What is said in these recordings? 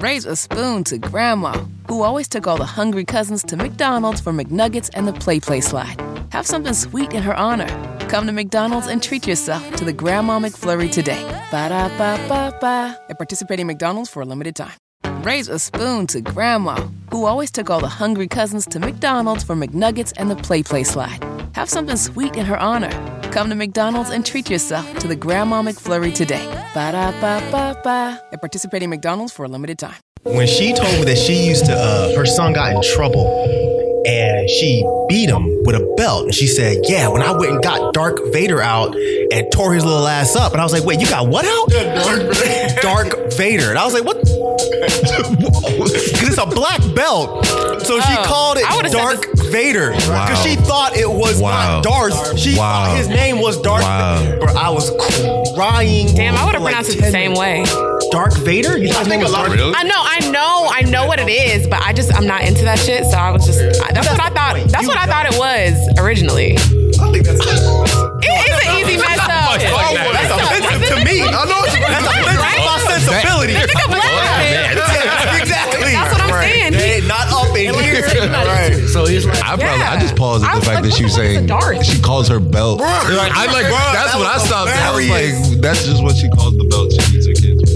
raise a spoon to Grandma, who always took all the hungry cousins to McDonald's for McNuggets and the Play Play Slide. Have something sweet in her honor. Come to McDonald's and treat yourself to the Grandma McFlurry today. Ba da ba ba ba. At participating McDonald's for a limited time. Raise a spoon to Grandma, who always took all the hungry cousins to McDonald's for McNuggets and the Play Play Slide. Have something sweet in her honor. Come to McDonald's and treat yourself to the Grandma McFlurry today. Ba da ba ba ba. At participating McDonald's for a limited time. When she told me that she used to, uh, her son got in trouble and she beat him with a belt. And she said, Yeah, when I went and got Dark Vader out and tore his little ass up. And I was like, Wait, you got what out? Dark Vader. And I was like, What? Because it's a black belt. So she Oh, called I would've it said Dark Vader. Because Wow. she thought it was Wow. not Darth. She Wow. thought his name was Darth Wow. Vader. But I was crying. Damn, I would for have like pronounced it the 10 same minutes. way. Dark Vader? You thought his name was Darth Really? I know, I know, I know what it is, but I just I'm not into that shit. So I was just I- that's what I thought. That's what I thought it was originally. I think that's It is an easy mess up. that's Oh, offensive to me. I know it's That's offensive to my sensibility. Yeah, exactly. That's what I'm Right. saying. They ain't not up in here. right. So he's like, I probably I Yeah. just paused at I the was fact like, that what she the was fuck is a saying dart? she calls her belt. Bruh. Like, I like Bruh, that's that what I was stopped. at. I was hilarious. like, that's just what she calls the belt. She beats her kids.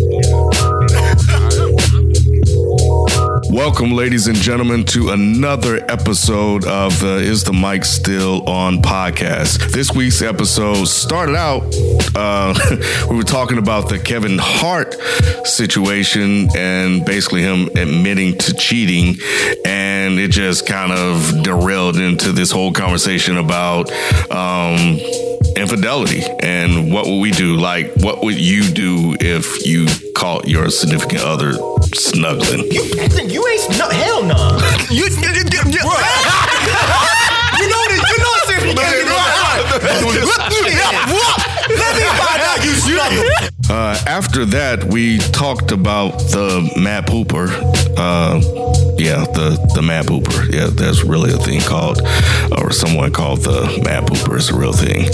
Welcome, ladies and gentlemen, to another episode of the Is the Mic Still On podcast. This week's episode started out, uh, we were talking about the Kevin Hart situation and basically him admitting to cheating. And it just kind of derailed into this whole conversation about, um, infidelity and what would we do like what would you do if you caught your significant other snuggling You, think you ain't no, hell no. you, you, you, you, you, you know this. You know this. You Let me find out you snuggle. Uh, after that, we talked about the Mad Pooper. Uh, yeah, the, the Mad Pooper. Yeah, there's really a thing called, or someone called the Mad Pooper. It's a real thing.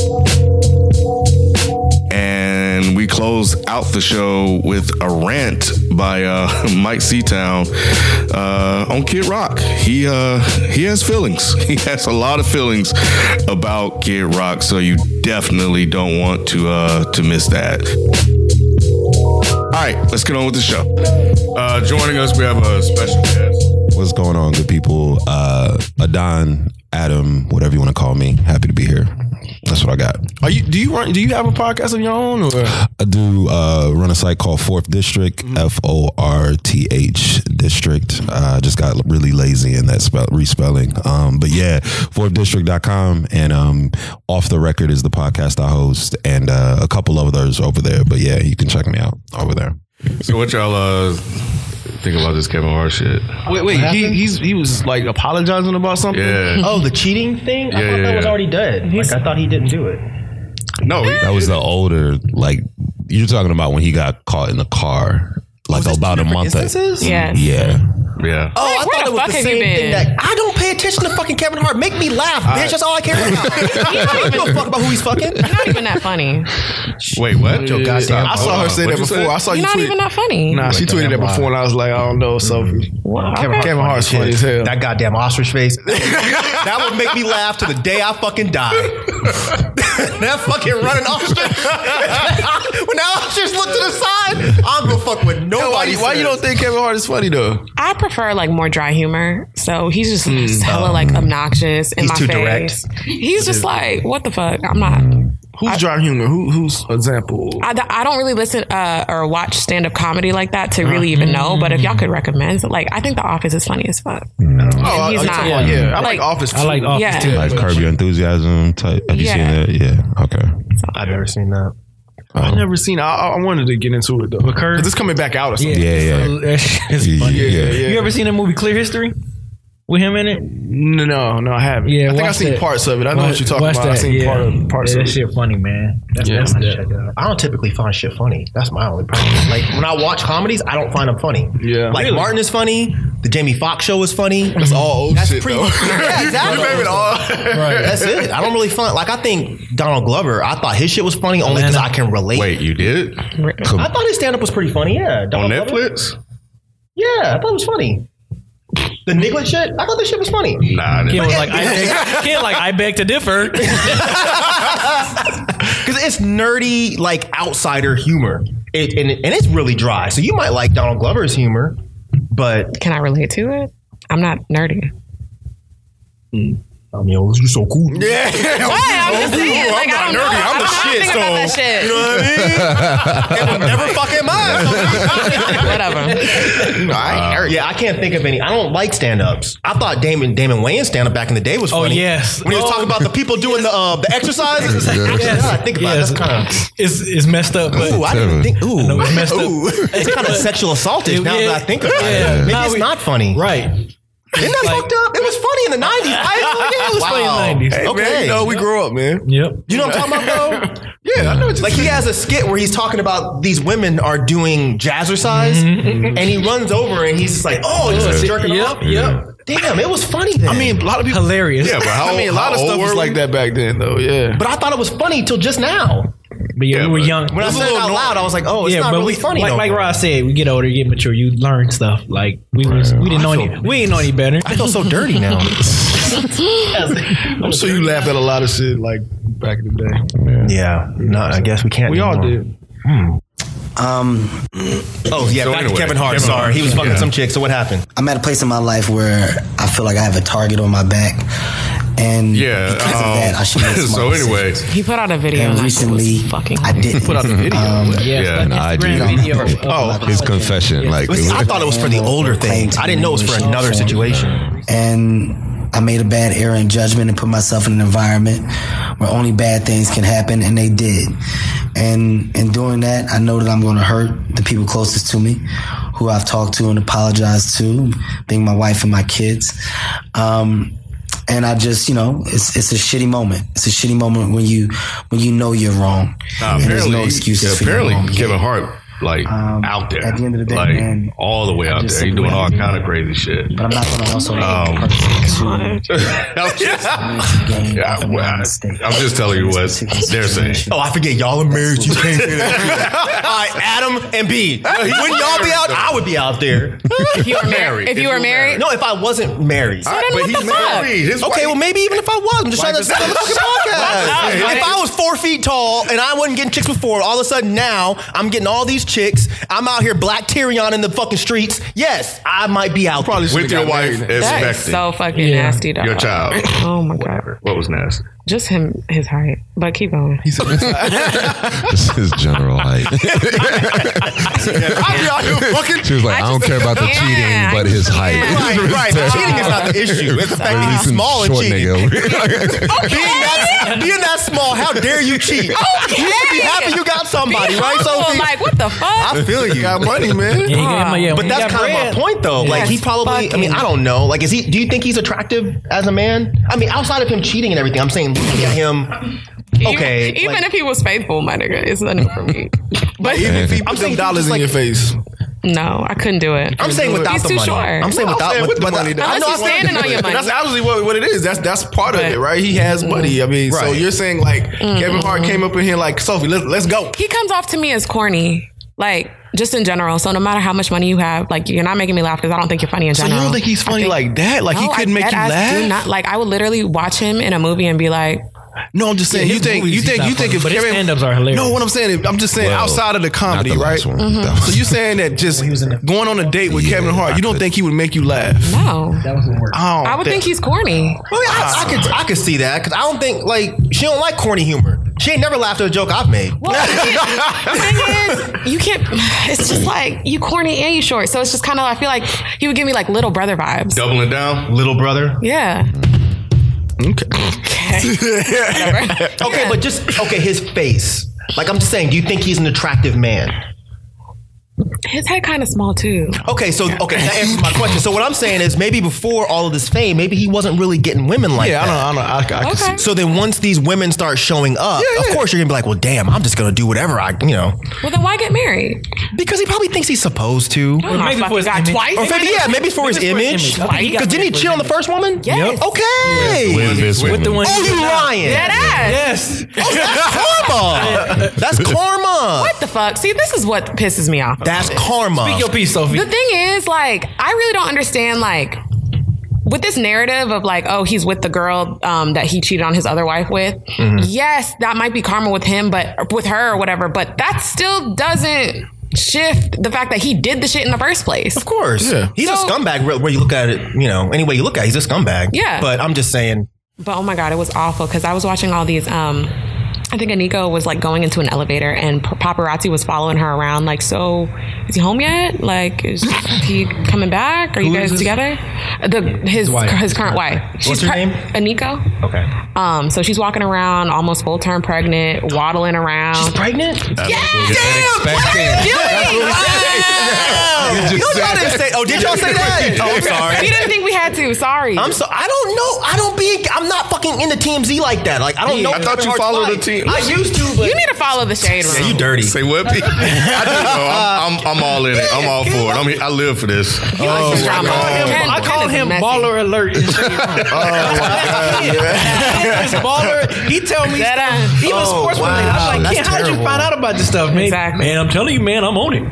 And we closed out the show with a rant by uh, Mike Seatown uh, on Kid Rock. He uh, he has feelings. He has a lot of feelings about Kid Rock, so you definitely don't want to uh, to miss that. All right, let's get on with the show. Uh, joining us, we have a special guest. What's going on, good people? Uh, Adon, Adam, whatever you want to call me. Happy to be here. That's what I got. Are you? Do you run? Do you have a podcast of your own? Or? I do uh, run a site called Fourth District, Mm-hmm. F O R T H District. Uh, I just got really lazy in that spell respelling. Um, but yeah, fourthdistrict.com. And um, Off the Record is the podcast I host, and uh, a couple of others over there. But yeah, you can check me out over there. So, what y'all uh, think about this Kevin Hart shit? Wait, wait. He, he's he was like apologizing about something. Yeah, Oh, the cheating thing? I Yeah, thought yeah, that was yeah. already dead. Like I thought he didn't do it. no, he- That was the older, like, you're talking about when he got caught in the car, like about a month ago. Instances? Yeah. Yeah. yeah. Oh, I Where thought the it was fuck the have you same thing been? that I don't pay attention to fucking Kevin Hart. Make me laugh, bitch. That's all I care about. I don't give a fuck about who he's fucking. Not even that funny. Wait, what? Yo, goddamn. I saw her say that What'd you before. say? I saw you Not tweet. even that funny. Nah, she tweeted that why. before, and I was like, I don't know, Sophie. Kevin, Kevin Hart's funny as hell. That goddamn ostrich face. that would make me laugh to the day I fucking die. that fucking running ostrich. when that ostrich looked to the side, I'm gonna fuck with nobody. why, you- why you don't think Kevin Hart is funny though? I prefer like more dry humor. So he's just hella like obnoxious in Hmm. Um, He's my too face. He's just like, what the fuck? I'm not. Hmm. Who's dry humor? Who, who's example? I, I don't really listen uh, or watch stand up comedy like that to really even know. But if y'all Mm-hmm. could recommend, like, I think The Office is funny as fuck. Oh, I- he's I- not. yeah, I like, Like- Office. I too. like Office Yeah. too. Like Curb Your Enthusiasm type. Have you seen Yeah. that? Yeah. Okay. I've never seen that. I never seen. I, I I wanted to get into it though. Curb- Cause it's coming back out or something. Yeah, yeah. So that shit is Yeah, funny. yeah, yeah. You ever seen the movie Clear History with him in it? No, no, no, I haven't. I Yeah, think I watch seen that. parts of it. I know what Watch- you're talking watch about. I that, seen yeah. part of, parts yeah, of that it. shit funny, man. That's, Yeah, that's it's my dead. check out. I don't typically find shit funny. That's my only problem. Like when I watch comedies, I don't find them funny. Yeah. Like Really? Martin is funny. The Jamie Foxx show is funny. That's all old oh, shit pretty- though. Yeah, exactly. You name it all. That's it. I don't really find like I think Donald Glover. I thought his shit was funny only because I can relate. Wait, you did it I thought his stand up was pretty funny. Yeah, on Donald Glover. Netflix? Yeah, I thought it was funny. The Niglet shit, I thought this shit was funny. Nah, Kid was like, I beg, kid like, I beg to differ. Because it's nerdy, like outsider humor. It and, and it's really dry. So you might like Donald Glover's humor, but Can I relate to it? I'm not nerdy. I mean, oh, you're so cool. yeah, What? I'm just saying. Like, I don't know. I don't know how to think about that shit. You know what I mean? Never fucking mind. Whatever. No, I, I- Uh, yeah, I can't think of any. I don't like stand-ups. I thought Damon Damon Wayne's stand-up back in the day was Oh, funny. yes. when he was Oh. talking about the people doing the uh, the exercises. It's like, actually, Yes. now I think about Yes. it. That's kind of It's, it's messed up, but ooh, I didn't even think ooh, know it's messed up. ooh. It's kind of sexual assaultish It- now yeah. that I think about Yeah. it. Maybe Now it's we- not funny. right. Isn't that Like- fucked up? It was funny in the nineties. I yeah, it was funny in the 90s. Hey, Okay, Man, you know, we grew up, man. Yep. You know what I'm talking about, bro? Yeah, I know what Like he has a skit where he's talking about these women are doing jazzercise, and Mm-hmm, he runs over and he's just like, "Oh, he's just jerking Yep, off." yep. Damn, it was funny. Then. I mean, a lot of people. Hilarious. Yeah, but how, I mean, a lot of stuff was like that back then, though. Yeah. but I thought it was funny till just now. But yeah, Yeah, we were but- young. When I said it out loud, I was like, "Oh, it's not really we, funny." Like, no like more. Ross said, we get older, you get mature, you learn stuff. Like we was, we didn't know any, we didn't know any better. I feel so dirty now. I'm sure you laughed at a lot of shit like back in the day. yeah, no, I guess we can't. We all anymore. did. Oh yeah, So back anyway, to Kevin Hart. Kevin Sorry, Hart. he was fucking Yeah. some chick. So what happened? I'm at a place in my life where I feel like I have a target on my back, and Yeah. because of um, that, I should make so smart anyway, decisions. He put out a video. And like, it was recently, fucking. I didn't. Put out the video. yeah. an Instagram idea. video. Oh, His confession, like, Listen, I thought it was for the older thing. I didn't know it was for another situation. and I made a bad error in judgment and put myself in an environment where only bad things can happen, and they did. And in doing that, I know that I'm going to hurt the people closest to me, who I've talked to and apologized to, being my wife and my kids. Um, and I just, you know, it's it's a shitty moment. It's a shitty moment when you when you know you're wrong. Nah, and there's apparently, no excuses yeah, for your apparently wrong. Kevin Hart like Um, out there, at the end of the day, like man, all the way out just there. He's said the doing way all I feel. kind of crazy shit. But I'm not going to also hate Um, the person to yeah, gain I, from my am mistake. just telling you what they're saying. Oh, I forget y'all are married. You can't say that. All right, Adam and B. Wouldn't y'all be out? I would be out there. If you were married. married. If you were married. No, if I wasn't married. then but what he's the fuck? married. His Okay, well, wife- maybe even if I was, I'm just trying to is sell the fucking podcast. If I was four feet tall and I wasn't getting chicks before, all of a sudden now I'm getting all these chicks. I'm out here black Tyrion in the fucking streets. Yes, I might be out. Probably with your wife That is expecting so fucking Yeah. nasty, dog. your child. Oh my god. What was nasty? Just him, his height. But keep going. this is general hype. I be out here fucking. She was like, I, don't care about the Yeah, cheating, but his height. Right, right. Cheating is not the issue. It's the fact Or at that you're least some small and short cheating. nigga over here. Being that, being that small, how dare you cheat? You should be happy you got somebody, Be right, humble, Sophie? Like, what the fuck? I feel you. got money, man. Yeah, he got my- yeah, when But he that's got kind bread- of my point, though. Like he Yes, probably. I mean, fucking- I don't know. Like, is he? Do you think he's attractive as a man? I mean, outside of him cheating and everything, I'm saying looking at him. Okay, Even, even like- if he was faithful, my nigga, it's nothing for me. But if he put Them dollars in your face. no, I couldn't do it. I'm saying without He's the too money. short. I'm saying No, without saying with the but- money, though. I Unless know. you're I'm saying standing on your money. That's obviously what, what it is. That's that's part of But- it, right? He has Mm-hmm. money. I mean, so Right. you're saying like Kevin Hart came up in here like Sophie, let's let's go. he comes off to me as corny, like just in general. So no matter how much money you have, like you're not making me laugh because I don't think you're funny in So you general. don't think he's I funny think- like that? Like he No, I couldn't make you deadass laugh? do not- like I would literally watch him in a movie and be like, No, I'm just saying. Yeah, you his think movies you he's think not you think funny, if but his Kevin- stand-ups are hilarious. No, what I'm saying, is- I'm just saying Well, outside of the comedy, Not the right? last one. Mm-hmm. That was- So you saying that just going on a date with Yeah, Kevin Hart, I you don't could- think he would make you laugh? no, Oh, I would think he's corny. I, mean, I, I could I could see that because I don't think like she don't like corny humor. She ain't never laughed at a joke I've made. Well, the thing is, you can't. It's just like you corny and you short, so it's just kind of. I feel like he would give me like little brother vibes. Doubling down. Little brother. Yeah. Okay. Whatever. Okay, but just okay his face. Like I'm just saying, do you think he's an attractive man? His head kind of small too. Okay, so okay, that answers my question. So what I'm saying is maybe before all of this fame, maybe he wasn't really getting women like yeah, I that. don't, I don't, I, I, I could Okay. see. So then once these women start showing up, of course you're gonna be like, well, damn, I'm just gonna do whatever I, you know, Well, then why get married? because he probably thinks he's supposed to. Oh, maybe fucking for his God, image. twice. Or maybe yeah, maybe it's for his Maybe image. I think he got Because didn't he married for cheat on the his first woman? Yes. Okay. With this With the woman. one. Oh, you lying? Dead ass. Yes. Oh, that's karma. That's karma. What the fuck? See, this is what pisses me off. That's was karma. Speak your piece, Sophie. The thing is, like, I really don't understand, like, with this narrative of like, oh, he's with the girl um, that he cheated on his other wife with. Yes, that might be karma with him, but or with her or whatever. But that still doesn't shift the fact that he did the shit in the first place. Of course. Yeah. He's So- a scumbag where, where you look at it, you know, any way you look at it, he's a scumbag. Yeah. But I'm just saying, But oh my god, it was awful because I was watching all these. Um, I think Aniko was like going into an elevator and p- paparazzi was following her around. Like, so is he home yet? Like, is he coming back? Are you guys together? The his wife. his current wife. She's her pre- name? Aniko. okay. Um, so she's walking around, almost full term pregnant, waddling around. Pregnant? Yeah. Really? No, y'all didn't say. Oh, did y'all say that? Oh, I'm sorry. we didn't think we had to. Sorry. I'm so I don't know. I don't be. I'm not fucking into TMZ like that. Like I don't know. I thought you Kevin Hart's followed the life. team. I used to, but you need to follow the shade room. yeah, you dirty. Say what? Pete? I do know. I'm, I'm, I'm all in it. I'm all for it. I mean, I live for this. Oh, drama. Ken- I Ken call is him messy. baller alert. in shade Oh, room. He's baller. He tell me That, uh, stuff, even sports related. I'm like, that's "Ken, how did you find out about this stuff, man? Exactly. Man, I'm telling you, man, I'm on it.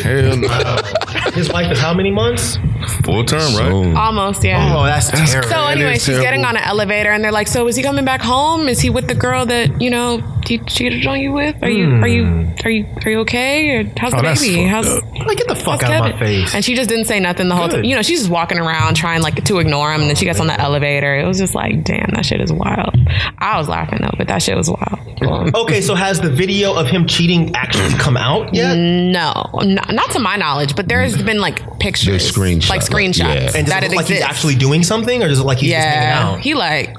Hell no. His wife is how many months? Full term, right? Almost, yeah. Oh, that's terrible. So anyway, is she's getting on an elevator, and they're like, "So is he coming back home? Is he with the girl that you know he cheated on you with? Are you are you Hmm. are you are you okay? Or how's Oh, the that's baby? fucked How's up. like get the uh, fuck how's out of my Kevin?" face. And she just didn't say nothing the whole time. You know, she's just walking around trying like to ignore him, and then she gets on the elevator. It was just like, damn, that shit is wild. I was laughing though, but that shit was wild. Okay, so has the video of him cheating actually come out yet? Mm, No, not, not to my knowledge, but there's been like pictures, screenshot, like like- yeah. screenshots And does that it it look like he's exists. actually doing something, or does it look like he's just hanging yeah, out? he like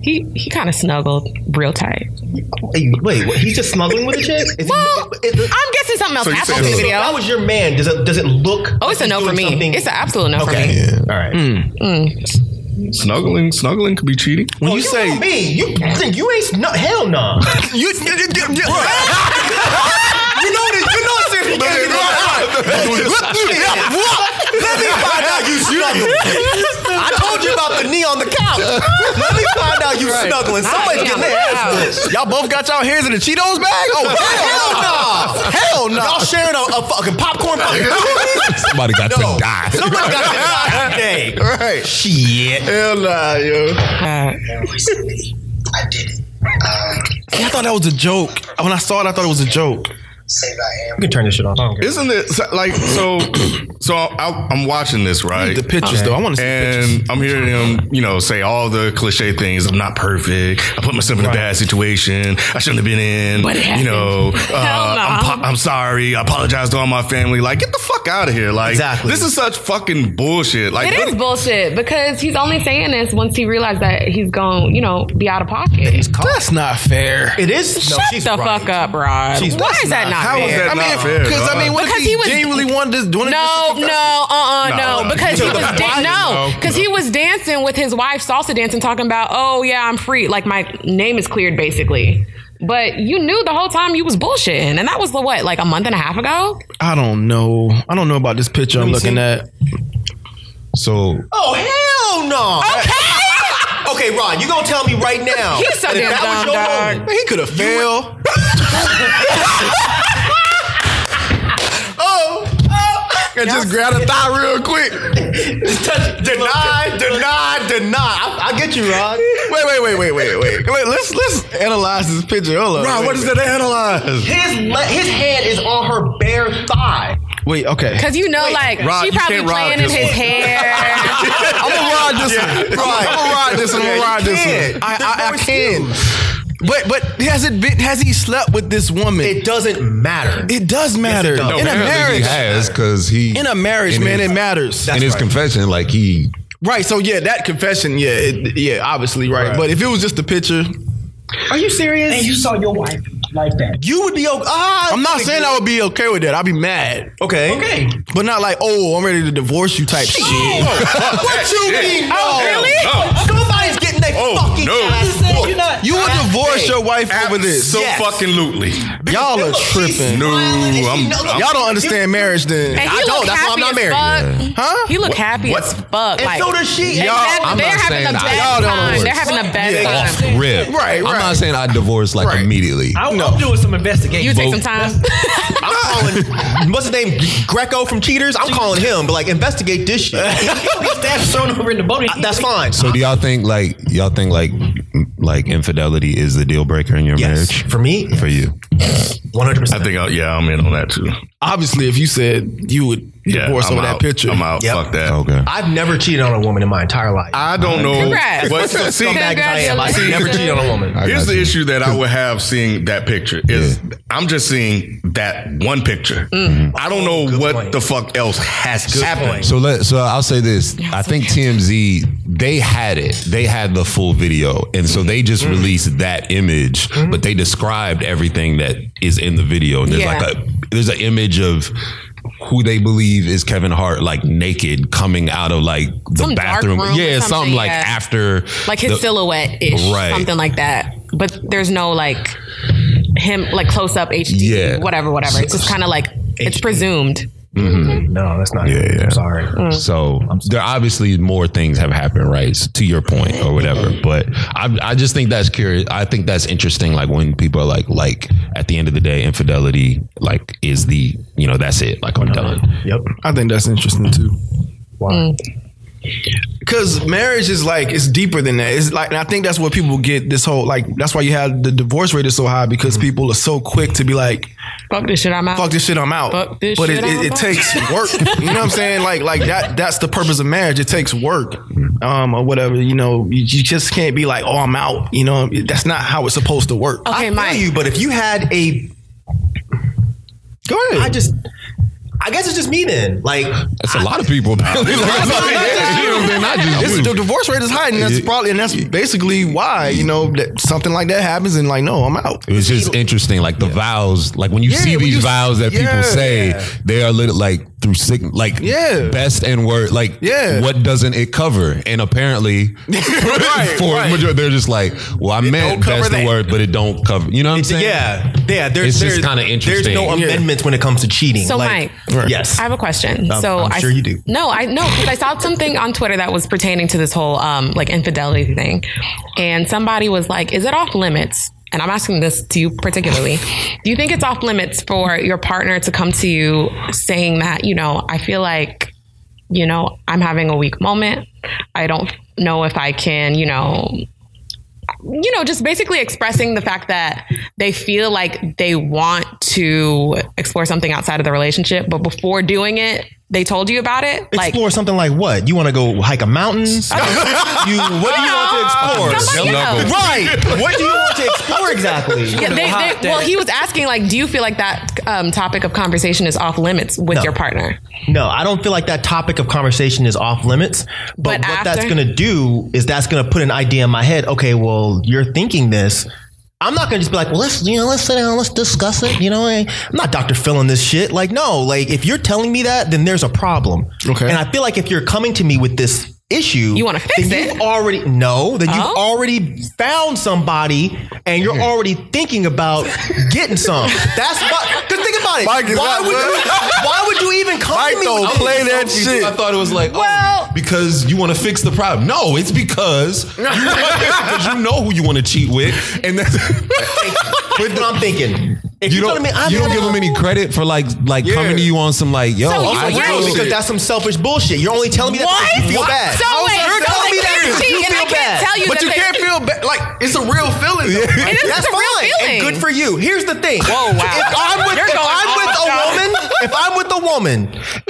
he he kind of snuggled real tight. Hey, wait, what, he's just smuggling with a chick? Is he- Well, is the- I'm guessing something else. So you I said saw the it was- if video. that was your man, does it does it look? Oh, it's a like no he's for doing me. something- It's an absolute no for okay. me. Mm. All right. Snuggling, snuggling could be cheating. When Oh, you, say me, you think you ain't no hell no. You, you, you, you, you know this. You know this. Let me find out you snuggling. I told you about the knee on the couch. Let me find out you snuggling. Somebody's Not getting knee their on the ass couch. whipped. Y'all both got y'all hairs in the Cheetos bag? Oh, Hell no! Hell no! Y'all sharing a, a fucking popcorn bucket. Somebody got No. to die. Somebody got to die today. Right. Shit. Hell nah, yo. Uh, Recently, I did it. Um, I thought that was a joke. When I saw it, I thought it was a joke. Saved by You can turn this shit off. I don't care. Isn't it so- like so? So I, I'm watching this right. The pictures, though. I want to see the pictures. And I'm hearing him, you know, say all the cliche things. I'm not perfect. I put myself in a bad situation. I shouldn't have been in. But it you happened. know, uh, Hell no. I'm, po- I'm sorry. I apologize to all my family. Like, get the fuck out of here. Like, Exactly. this is such fucking bullshit. Like, It what- is bullshit because he's only saying this once he realized that he's going, you know, be out of pocket. That's not fair. It is. Shut the fuck up, Rod. She's- Why that's is that not- not how is fair? that I mean, not fair, because I mean, what Because if he, he was- genuinely wanted this? Wanted No, this no, uh, uh No, no, no. because he was Why da- is no, it no? because he was dancing with his wife, salsa dancing, talking about, oh yeah, I'm free, like my name is cleared, basically. But you knew the whole time you was bullshitting, and that was the what, like a month and a half ago. I don't know. I don't know about this picture I'm looking at. So Oh hell no! Okay, Okay, Ron, you gonna tell me right now? He's so that if damn that was dumb, your dog. moment, Man, he could have failed. oh, oh. And just grabbed a thigh real quick. deny, deny, deny. I, I get you, Ron. Wait, wait, wait, wait, wait, wait. Wait, let's let's analyze this picture. Hold on. Ron, wait, what is wait. that to analyze? His le- his hand is on her bare thigh. Wait, okay. because you know, like Rod, she you probably can't ride playing in this his one. hair. I'm gonna ride this one. right. I'm gonna ride this one. I'm Yeah, gonna you ride this can't. one. I, There's I, no I can. But but has it been? Has he slept with this woman? It doesn't matter. It does matter does. No, in a apparently marriage. he has because he In a marriage, in man, his- it matters. in his confession, like he right. So yeah, that confession. Yeah, it, yeah. Obviously, right. But if it was just a picture, Are you serious? And you saw your wife like that. You would be okay. Ah, I'm not saying I would be okay with that. I'd be mad, okay. Okay. but not like, oh, I'm ready to divorce you type shit. What you mean? No. Oh, really? Somebody's getting their Oh, fucking no. ass Saying whooped. you're not. You would divorce your wife over this. So Yes. fucking lootly. Y'all are tripping. No, I'm. I'm Y'all don't understand marriage then. And he I don't. looked That's why I'm happy not married. as fuck. Huh? He looked happy what? as fuck. And like, so does she. They're And having- I'm they're not having the saying I- best y'all don't time. work. They're having the best Yeah. time. rip. Right, I'm right. not saying I divorce like Right. immediately. I would though. I'm doing some investigation. You take some time. I'm calling what's his name Greco from Cheaters. I'm calling him, but like investigate this shit. That's thrown over in the boat. That's fine. So do y'all think like y'all think like m- like infidelity is the deal breaker in your Yes, marriage for me, for you? one hundred I percent. think, I, yeah, I'm in on that too. Obviously, if you said you would Yeah, divorce I'm over out. that picture, I'm out. Yep. Fuck that. Okay. I've never cheated on a woman in my entire life. I don't know. Congrats. But see, Scumbag as I am, I've Congratulations. never cheated on a woman. I Here's got the you. issue that I would have seeing that picture is I'm just seeing that one picture. Mm-hmm. I don't know what point. the fuck else has happened. So let so I'll say this. I think TMZ they had it. They had the full video, and so they just released that image, but they described everything that is in the video. And there's Yeah. like a there's an image of who they believe is Kevin Hart, like naked, coming out of like the Some dark bathroom. room or yeah, something, something, like yeah. after like his the- silhouette ish, Right. something like that. But there's no like him like close up HD, Yeah. whatever, whatever. It's just kind of like it's presumed. No, that's not. Yeah, yeah. I'm sorry. So there obviously more things have happened, right? To your point or whatever. But I, I just think that's curious. I think that's interesting. Like when people are like, like at the end of the day, infidelity like is the you know that's it. Like I'm done. Yep. I think that's interesting too. Why? Because marriage is like it's deeper than that. It's like, and I think that's what people get this whole like. That's why you have the divorce rate is so high because people are so quick to be like, Fuck this shit, I'm out. "Fuck this shit, I'm out." Fuck this but shit, it, I'm it, it out. takes work. you know what I'm saying? Like, like that. That's the purpose of marriage. It takes work, um, or whatever. You know, you, you just can't be like, "Oh, I'm out." You know, that's not how it's supposed to work. Okay, I feel Mike. you, but if you had a Go ahead. I just, I guess it's just me then. Like, That's a lot of people. apparently. Like, that's not- yeah, they're not just It's- you. the divorce rate is high, and that's probably, and that's basically why you know that something like that happens, and like, no, I'm out. It's just interesting, like the vows, like when you see when these you- vows that yeah. people say, they are lit, like through sick, like Yeah. best and worst, like Yeah. what doesn't it cover? And apparently, for right. majority, they're just like, well, I meant don't cover best and that. worst, but it don't cover. You know what I'm saying? yeah, yeah. There's, It's just there's- kinda interesting. There's no Yeah. amendments when it comes to cheating. So, like, Mike. yes, I have a question. I'm- so I'm I- sure you do. No, I no because I saw something on Twitter that was pertaining to this whole um, like infidelity thing, and somebody was like, "Is it off limits?" And I'm asking this to you particularly. Do you think it's off limits for your partner to come to you saying that you know I feel like you know I'm having a weak moment. I don't know if I can you know you know, just basically expressing the fact that they feel like they want to explore something outside of the relationship, but before doing it, they told you about it. Like, explore something like what? You want to go hike a mountain? you what do you want to explore? somebody else. Right. What do you want to explore exactly? Yeah, they- they- well, he was asking, like, do you feel like that um, topic of conversation is off limits with No. your partner? No, I don't feel like that topic of conversation is off limits. But, But what after- that's going to do is that's going to put an idea in my head. Okay, well, you're thinking this. I'm not going to just be like, well, let's you know, let's sit down, let's discuss it. You know, eh, I'm not Doctor Phil on this shit. Like, no, like if you're telling me that, then there's a problem. Okay. And I feel like if you're coming to me with this issue, You wanna fix then it. You've already no, then Oh? you've already found somebody, and you're already thinking about getting some. That's why. Because think about it. Mike is why not would good. you? Why would you even come Mike to me? don't with play this? that shit. I thought it was like, Well- oh, because you want to fix the problem. No, it's because you, because you know who you want to cheat with, and that's, But what I'm thinking. If you you're don't telling me I you don't gotta give them go- any credit for like like Yeah. coming to you on some like, yo, So Also, I you're you're right. because that's some selfish bullshit. You're only telling me that because you feel What? bad. So How is wait, that- you're so telling me like, that you're because you cheating, feel I can't bad. tell you But that you they- can't feel bad. Like it's a real feeling. though. It is That's just a real fine and feeling. good for you. Here's the thing. Whoa, wow. If I'm with, You're if going I'm with off, a dog. woman, if I'm with a woman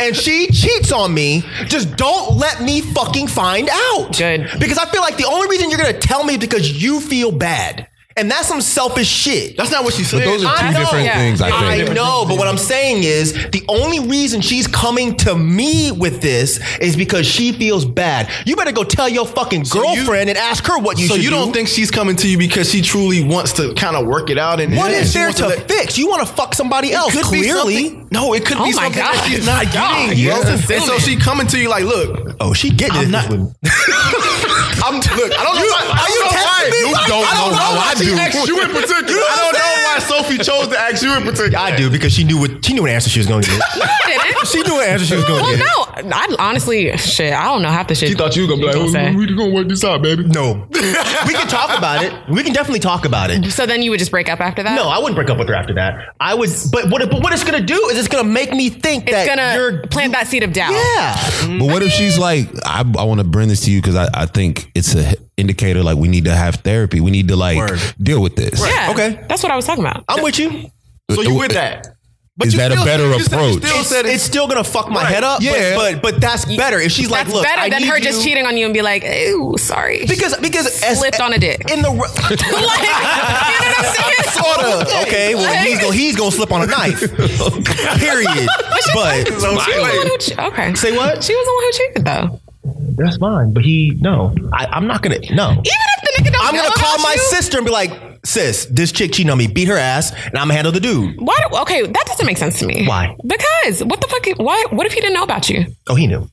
and she cheats on me, just don't let me fucking find out. Good. Because I feel like the only reason you're gonna tell me is because you feel bad. And that's some selfish shit. That's not what she said. But those are two I know. different Yeah. things. I I think. know, but what I'm saying is the only reason she's coming to me with this is because she feels bad. You better go tell your fucking you- girlfriend and ask her what you so should you do. don't think she's coming to you because she truly wants to kind of work it out and What and is she there wants to let- fix? You want to fuck somebody else? Could be Clearly. something- no, it could Oh be my something that God. she's not Y'all, getting. y'all bro. fulfilling And so it. she coming to you like, look, Oh, she getting it. Not, I'm look. I don't know. You- why, I are you don't know texting why. me? You I- I don't don't know know why why she you asked you in particular. You know I what don't I'm know why Sophie chose to ask you in particular. I do because she knew what she knew what answer she was going to get. Didn't. she knew what answer she was going Well, to get. no, I honestly, shit, I don't know half the shit. She thought you were gonna be She's like, say. oh, we gonna work this out, baby. No, we can talk about it. We can definitely talk about it. So then you would just break up after that? No, I wouldn't break up with her after that. I would, but what? But what it's gonna do is it's gonna make me think It's that gonna you're. plant that seed of doubt. Yeah, But what if she's like, I, I want to bring this to you because I, I think it's a indicator like we need to have therapy. We need to like Word. deal with this. Yeah. Okay. That's what I was talking about. I'm with you. So you with that? But Is you that a still- better you still- you approach? still said It's still gonna fuck my Right. head up. Yeah. but but, but that's better. If she's like, That's look, better I than need her just you- cheating on you and be like, ooh, sorry. Because because as- Slipped on a dick. in the ru- like, you know what I'm saying? sorta okay. Well, Like- he's gonna he's gonna slip on a knife. Period. But She was the one who che- okay. Say what? She was the one who cheated though. that's fine. But he no, I, I'm not gonna no. Even if the nigga don't I'm know gonna call about my you, sister and be like, sis, this chick cheating on me. Beat her ass, and I'm gonna handle the dude. Why? do- Okay, that doesn't make sense to me. Why? Because what the fuck? Why? What if he didn't know about you? Oh, he knew.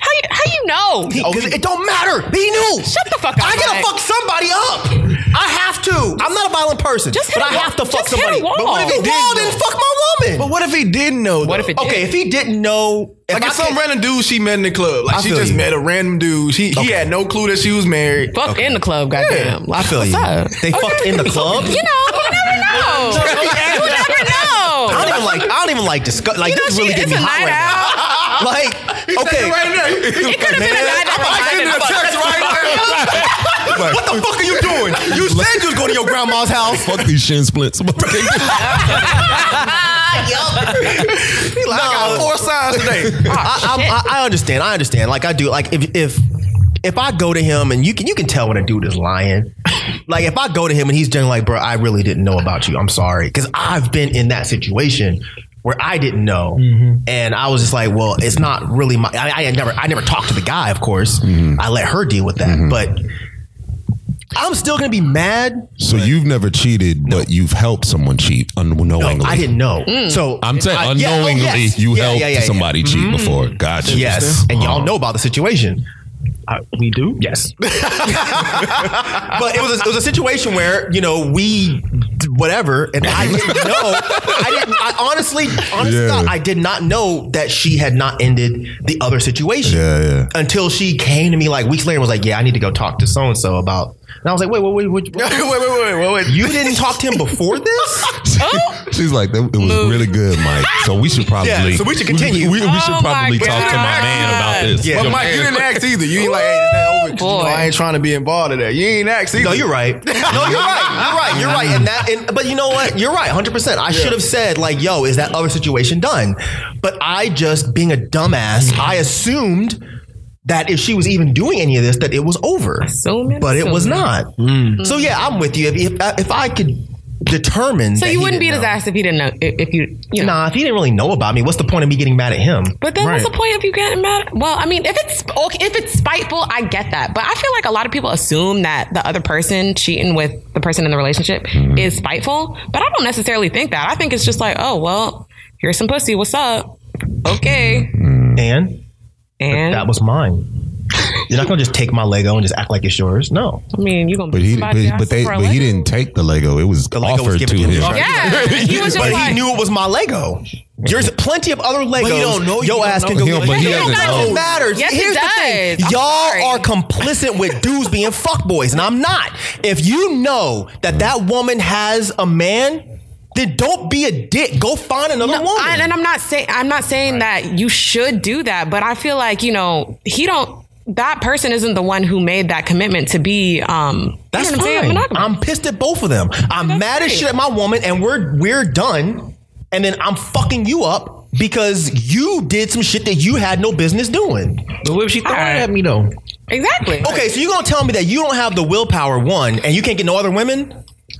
How you? How you know? Oh, He- 'cause it don't matter. He knew. Shut the fuck up, I gotta Mike. fuck somebody up. I have to. I'm not a violent person. Just hit but a I wall. have to fuck Just hit a somebody. wall. But what if he But didn't? Well, then fuck my woman. But what if he didn't know? What though? if it? okay, did? if he didn't know, if Like I it's some could- random dude she met in the club. Like I she feel just you. met a random dude. She he had no clue that she was married. Fuck in the club, goddamn. Like, I feel what's you. up? They fucked in the club. You know, you never know. you never I know. don't even like. I don't even like discuss. Like Oh. You know, this she, really get it's me a hot night right now. out. Like okay, It could have been a night out. I'm about to text right now. What the fuck are you doing? You said you was going to your grandma's house. Fuck these shin splints. I'm about to take this. no, Four signs today. I, I, I, I understand. I understand. Like I do. Like if if if I go to him and you can you can tell when a dude is lying. like if I go to him and he's generally like, bro, I really didn't know about you. I'm sorry, because I've been in that situation where I didn't know, and I was just like, well, it's not really my. I, I had never I never talked to the guy. Of course, I let her deal with that, but. I'm still gonna be mad. So you've never cheated, but you've helped someone cheat unknowingly. I didn't know. So I'm saying I- yeah, oh, unknowingly yes. you Yeah, helped yeah, yeah, yeah. somebody cheat before. Gotcha. Yes, and y'all know about the situation. we do. Yes, but it was a, it was a situation where you know we d- whatever, and I didn't know. I didn't. I honestly, honestly, Yeah. I did not know that she had not ended the other situation Yeah, yeah. until she came to me like weeks later and was like, "Yeah, I need to go talk to so and so about." And I was like, "Wait, wait, wait, wait, wait, wait, wait, wait, wait! You didn't talk to him before this?" She's like, that, it was really good, Mike. So we should probably. Yeah, so we should continue. We, we should Oh my probably talk to my God. man about this. Yeah. But Your Mike, you man- didn't act either. You ain't like, hey, that over. 'cause, you know, boy. I ain't trying to be involved in that. You ain't act either. No, you're right. No, you're right. You're right. You're right. And that. And, but you know what? You're right. Hundred percent. I should have said like, "Yo, is that other situation done?" But I just being a dumbass, Mm-hmm. I assumed that if she was even doing any of this, that it was over. Assuming, but it was assuming. not. Mm. So yeah, I'm with you. If if, if I could determine, So that you he wouldn't beat didn't his know. ass if he didn't know. If if you, you know. Nah, if he didn't really know about me, what's the point of me getting mad at him? But then what's the point of you getting mad? Well, I mean, if it's okay, if it's spiteful, I get that. But I feel like a lot of people assume that the other person cheating with the person in the relationship is spiteful. But I don't necessarily think that. I think it's just like, oh well, here's some pussy. What's up? Okay, And and that was mine. You're not gonna just take my Lego and just act like it's yours. No. I mean, you gonna But beat he, somebody but, ass but they, for a but leg? he didn't take the Lego. It was Lego was offered given to to him. him. Yeah, he was just But like, he knew it was my Lego. There's plenty of other Legos. don't know. You Your don't ass know. can go. He get don't- but it. he it doesn't doesn't know. matter. Yes, it Here's the thing. does. I'm Y'all sorry. are complicit with dudes being fuckboys, and I'm not. If you know that that woman has a man, then don't be a dick. Go find another woman. I, and I'm not saying I'm not saying that you should do that, but I feel like you know he don't. That person isn't the one who made that commitment to be. Um, That's you know what I'm saying, fine. monogamous. I'm pissed at both of them. I'm That's mad right. as shit at my woman, and we're we're done. And then I'm fucking you up because you did some shit that you had no business doing. But what if she throwing Alright. it at me though? exactly. Okay, so you're gonna tell me that you don't have the willpower one, and you can't get no other women?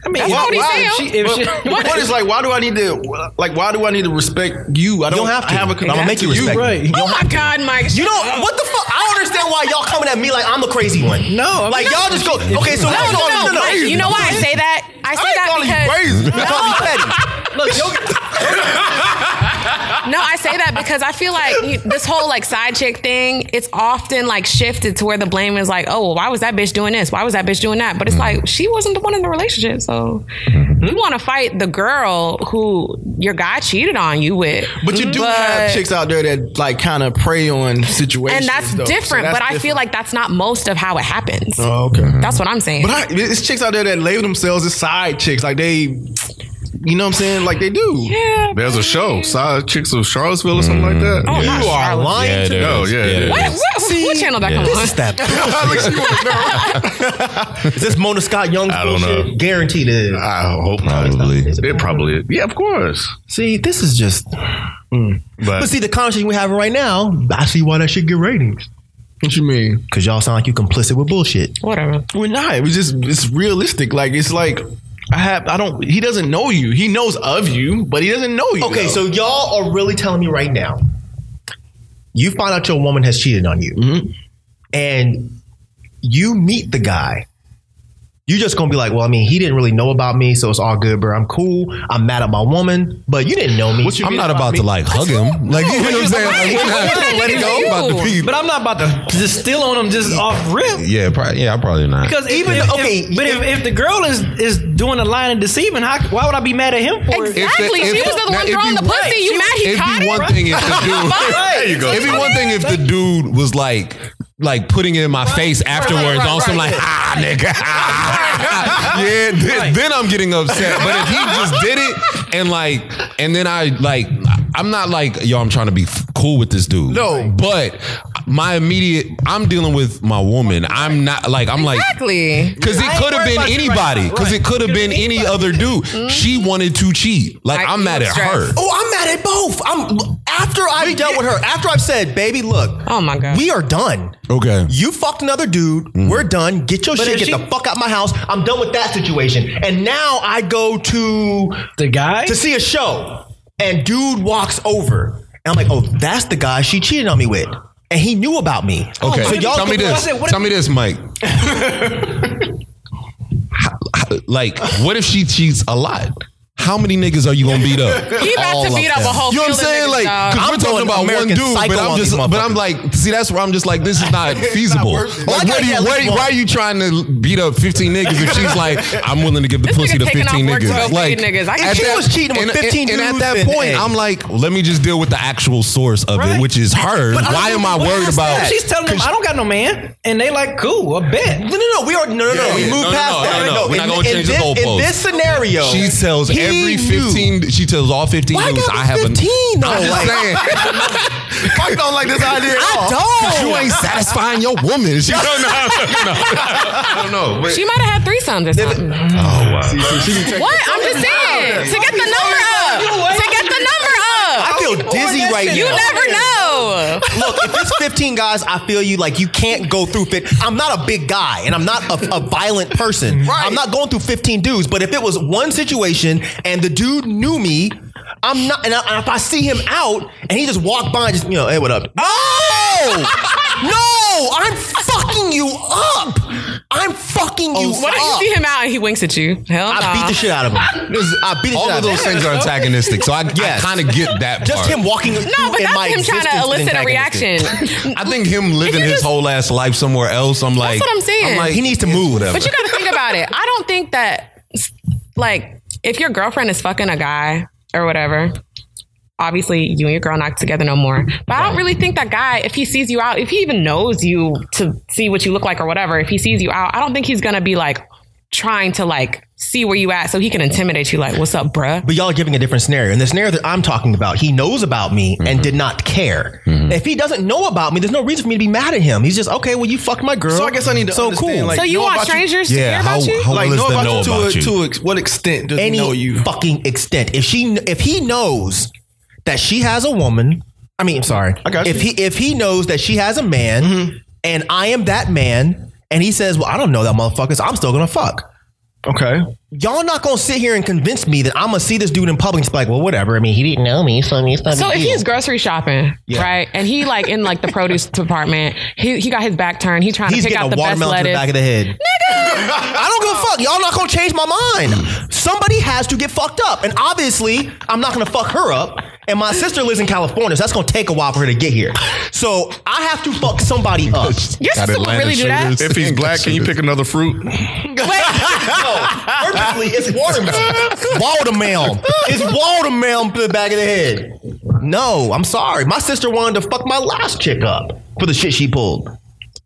I mean, That's why- what he why said. if she- if But she- the point is like, why do I need to like? Why do I need to respect you? I You don't, don't have to. have a I'm gonna make you connection to respect me. Right. You Oh don't my have to. God, Mike! You don't. What the fuck? I don't understand why y'all coming at me like I'm the crazy one. No, I'm like y'all not. just go. Okay, so No, let's go- no, no, Mike, You know why I say that? I say I ain't that calling you because crazy. Call me petty. Look, yo- No, I say that because I feel like you, this whole like side chick thing, it's often like shifted to where the blame is like, oh, well, why was that bitch doing this? Why was that bitch doing that? But it's like she wasn't the one in the relationship, so you want to fight the girl who your guy cheated on you with. But you do But- have chicks out there that like kind of prey on situations, and that's though. So different. that's but I feel different. like that's not most of how it happens. Oh, okay. That's what I'm saying. But I, it's chicks out there that label themselves as side chicks, like they, you know what I'm saying, like they do. yeah. There's a show, Side Chicks of Charlottesville or something like that. Oh, not You are- Charlotte. Yeah, there No, is. yeah, yeah. there What, is. what, what channel that come on? Is this Mona Scott Young? I don't bullshit? know. Guaranteed it is. I hope Probably. not. It probably is. Yeah, of course. See, this is just. mm. But But see, the conversation we're having right now, I see why that should get ratings. What you mean? Because y'all sound like you complicit with bullshit. Whatever. We're not. It was just it's realistic. Like it's like I have. I don't. He doesn't know you. He knows of you, but he doesn't know you. Okay, so though. y'all are really telling me right now, you find out your woman has cheated on you, and you meet the guy. You're just gonna be like, well, I mean, he didn't really know about me, so it's all good, bro. I'm cool. I'm mad at my woman, but you didn't know me. What you I'm mean not about to like hug him. Like you know what I'm saying? Like, Right. we're not- That we're nigga's not you. about to be- But I'm not about to just steal on them just off rip. Yeah, probably. Yeah, I probably not. Because even Even- if, okay, if, but if, if the girl is is doing a line and deceiving, how, why would I be mad at him for it? Exactly. If the- she if- was the now, one it'd throwing be the pussy. right. You mad he It'd caught be it? one thing if the dude. There you go. It'd be one thing if the dude was like, like putting it in my face afterwards. right, on some right, like, ah, nigga. ah." yeah. Then, then I'm getting upset. But if he just did it and like, and then I like, I'm not like, yo, I'm trying to be f- cool with this dude. No. But my immediate, I'm dealing with my woman. I'm not like, I'm like. Exactly. Because it I ain't could have worried been about you right now. anybody. Because Right. it could have Could've been been any anybody. other dude. She wanted to cheat. Like I- I'm you mad were at her. stressed. oh, I'm mad at both. I'm after I've dealt with her, after I've said, baby, look, Oh my God. we are done. Okay. You fucked another dude. We're done. Get your shit. if Get she- the fuck out my house. I'm done with that situation. And now I go to The guy? to see a show and dude walks over and I'm like, oh, that's the guy she cheated on me with. And he knew about me. Oh, Okay. So y'all Tell me can- this. said, what Tell if- me this, Mike. How- how- like, what if she cheats a lot? How many niggas are you gonna beat up? He about All to of beat up them. a whole You know what I'm field of saying? niggas, Like, dog. because I'm we're talking going about one American dude, but Psycho I'm on just, these but I'm motherfuckers. like, see, that's where I'm just like, this is not feasible. worth it. Like, Like, what do yeah, you, let's why, go. why are you trying to beat up 15 niggas if she's like, I'm willing to give the This nigga pussy to taking 15 off work to go niggas? feed Like, niggas. I can- at She that- was cheating with and- 15 and, and at dudes, that then, point, hey. I'm like, let me just deal with the actual source of it, Right. which is her. But I Why don't am I even- worried that's about? that. She's telling them I don't got no man, and they like cool. I bet. No, no, no. We are no, no, no. Yeah, we yeah. moved No, no, past no, that. no, no. We're in- not gonna in change the this- In goalpost. this scenario, She tells he every knew. 15. She tells all 15 Why dudes not I have a. 15 though? I'm just Like- saying. I don't like this idea at Oh, all. Cause you ain't satisfying your woman. She don't know. I don't know. But She might have had threesomes or something. Oh wow. What? I'm just saying. To get the number up. To get the number I up. feel dizzy right now. You never know. Look, if it's 15 guys, I feel you. Like you can't go through. Fit. I'm not a big guy, and I'm not a, a violent person. I'm not going through 15 dudes. But if it was one situation and the dude knew me, I'm not. And, I, and if I see him out and he just walked by, and just you know, hey, what up? No, no, I'm fucking you up. I'm fucking you What if up. Oh, you see him out and he winks at you? Hell no. I beat the shit out of him. I beat the All shit out of of him. those things are antagonistic, so I, Yes. I kind of get that. Just part. him walking. No, but that's him trying to elicit a reaction. I think him living you his just- whole ass life somewhere else. I'm like, what I'm saying. He needs to it's move. Whatever. But you gotta think about it. I don't think that like if your girlfriend is fucking a guy or whatever. Obviously, you and your girl not together no more. But I don't really think that guy, if he sees you out, if he even knows you to see what you look like or whatever, if he sees you out, I don't think he's gonna be like trying to like see where you at so he can intimidate you. Like, what's up, bruh? But y'all are giving a different scenario. And the scenario that I'm talking about, he knows about me and did not care. If he doesn't know about me, there's no reason for me to be mad at him. He's just okay. Well, you fucked my girl. So I guess I need to So understand, cool. like, So you know want about you- strangers to Yeah, hear how- about you? how- Like Well, know let's about, know you, about to, you. A, to ex- what extent does any he know you? fucking extent. If she, if he knows that she has a woman, I mean, I'm sorry. I got if you. Mm-hmm. he, if he knows that she has a man, and I am that man, and he says, "Well, I don't know that motherfucker, so I'm still gonna fuck." Okay. Y'all not gonna sit here and convince me that I'm gonna see this dude in public and be like, "Well, whatever." I mean, he didn't know me, so I mean, it's not a So big if deal." he's grocery shopping, right, and he like in like the produce department, he, he got his back turned. He trying He's to pick getting out a the best watermelon to the lettuce. back of the head. Nigga! I don't give a fuck. Y'all not gonna change my mind. Somebody has to get fucked up. And obviously, I'm not gonna fuck her up. And my sister lives in California, so that's gonna take a while for her to get here. So I have to fuck somebody up. Your Got sister would Atlanta really do that? sugars. If he's black, can you pick another fruit? Purposely, it's watermelon. Watermelon. It's watermelon to the back of the head. No, I'm sorry. My sister wanted to fuck my last chick up for the shit she pulled.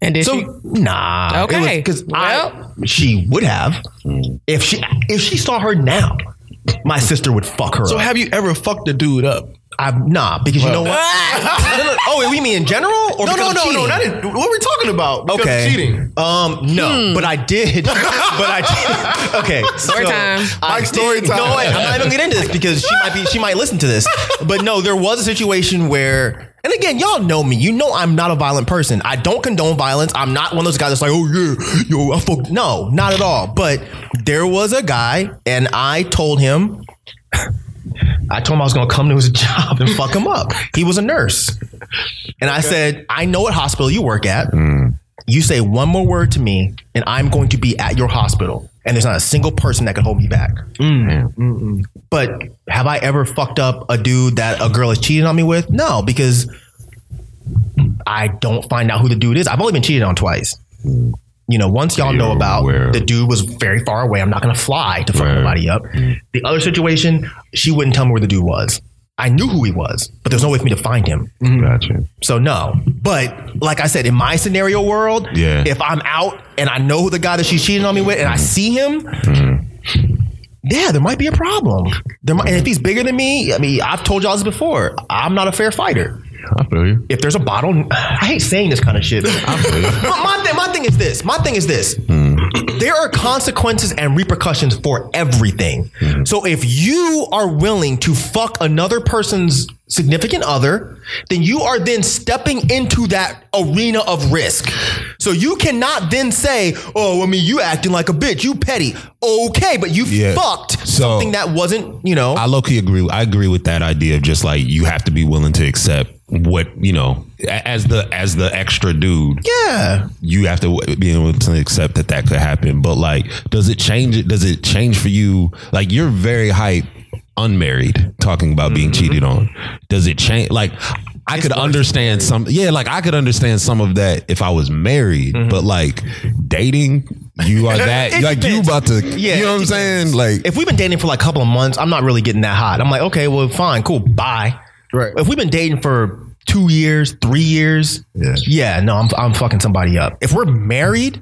And did she? So nah, Okay. because Well. I she would have if she if she saw her now, my sister would fuck her. So up. have you ever fucked a dude up? I'm nah because you know what? No, no, no. Oh, wait, we mean in general or No, no, because of no, cheating? no. Not in, what are we talking about? Because of Okay. cheating. Um, no, but I did. but I did. Okay. Story time. Like story time. No, wait, I'm not even gonna get into this because she might be she might listen to this. But no, there was a situation where and again, y'all know me. You know I'm not a violent person. I don't condone violence. I'm not one of those guys that's like, oh yeah, yo, I fuck. No, not at all. But there was a guy, and I told him, I told him I was gonna come to his job and fuck him up. He was a nurse, and I said, I know what hospital you work at you say one more word to me and I'm going to be at your hospital and there's not a single person that can hold me back. But have I ever fucked up a dude that a girl has cheated on me with? No, because I don't find out who the dude is. I've only been cheated on twice. You know, once y'all know about aware. the dude was very far away. I'm not going to fly to fuck nobody up. The other situation, she wouldn't tell me where the dude was. I knew who he was, but there's no way for me to find him. Gotcha. So no, but like I said, in my scenario world, Yeah. if I'm out and I know the guy that she's cheating on me with, and I see him, yeah, there might be a problem. There might, and if he's bigger than me, I mean, I've told y'all this before. I'm not a fair fighter. I feel you. If there's a bottle, I hate saying this kind of shit. but my, thing, my thing is this. My thing is this. Hmm. There are consequences and repercussions for everything. Hmm. So if you are willing to fuck another person's significant other, then you are then stepping into that arena of risk. So you cannot then say, "Oh, I mean, you acting like a bitch, you petty." Okay, but you Yeah. fucked So- something that wasn't, you know. I low key agree. I agree with that idea of just like you have to be willing to accept what you know a- as the as the extra dude. yeah. You have to w- be able to accept that that could happen. But like, does it change? It does it change for you? Like, you're very hype, unmarried, talking about being Mm-hmm. cheated on. Does it change? Like. I could understand some, yeah, like I could understand some of that if I was married, but like dating, you are that, Mm-hmm. It like you depends. about to, Yeah, you know it what I'm saying? Like, if we've been dating for like a couple of months, I'm not really getting that hot. I'm like, okay, well, fine, cool, bye. Right. If we've been dating for two years, three years, Yeah. no, I'm I'm fucking somebody up. If we're married,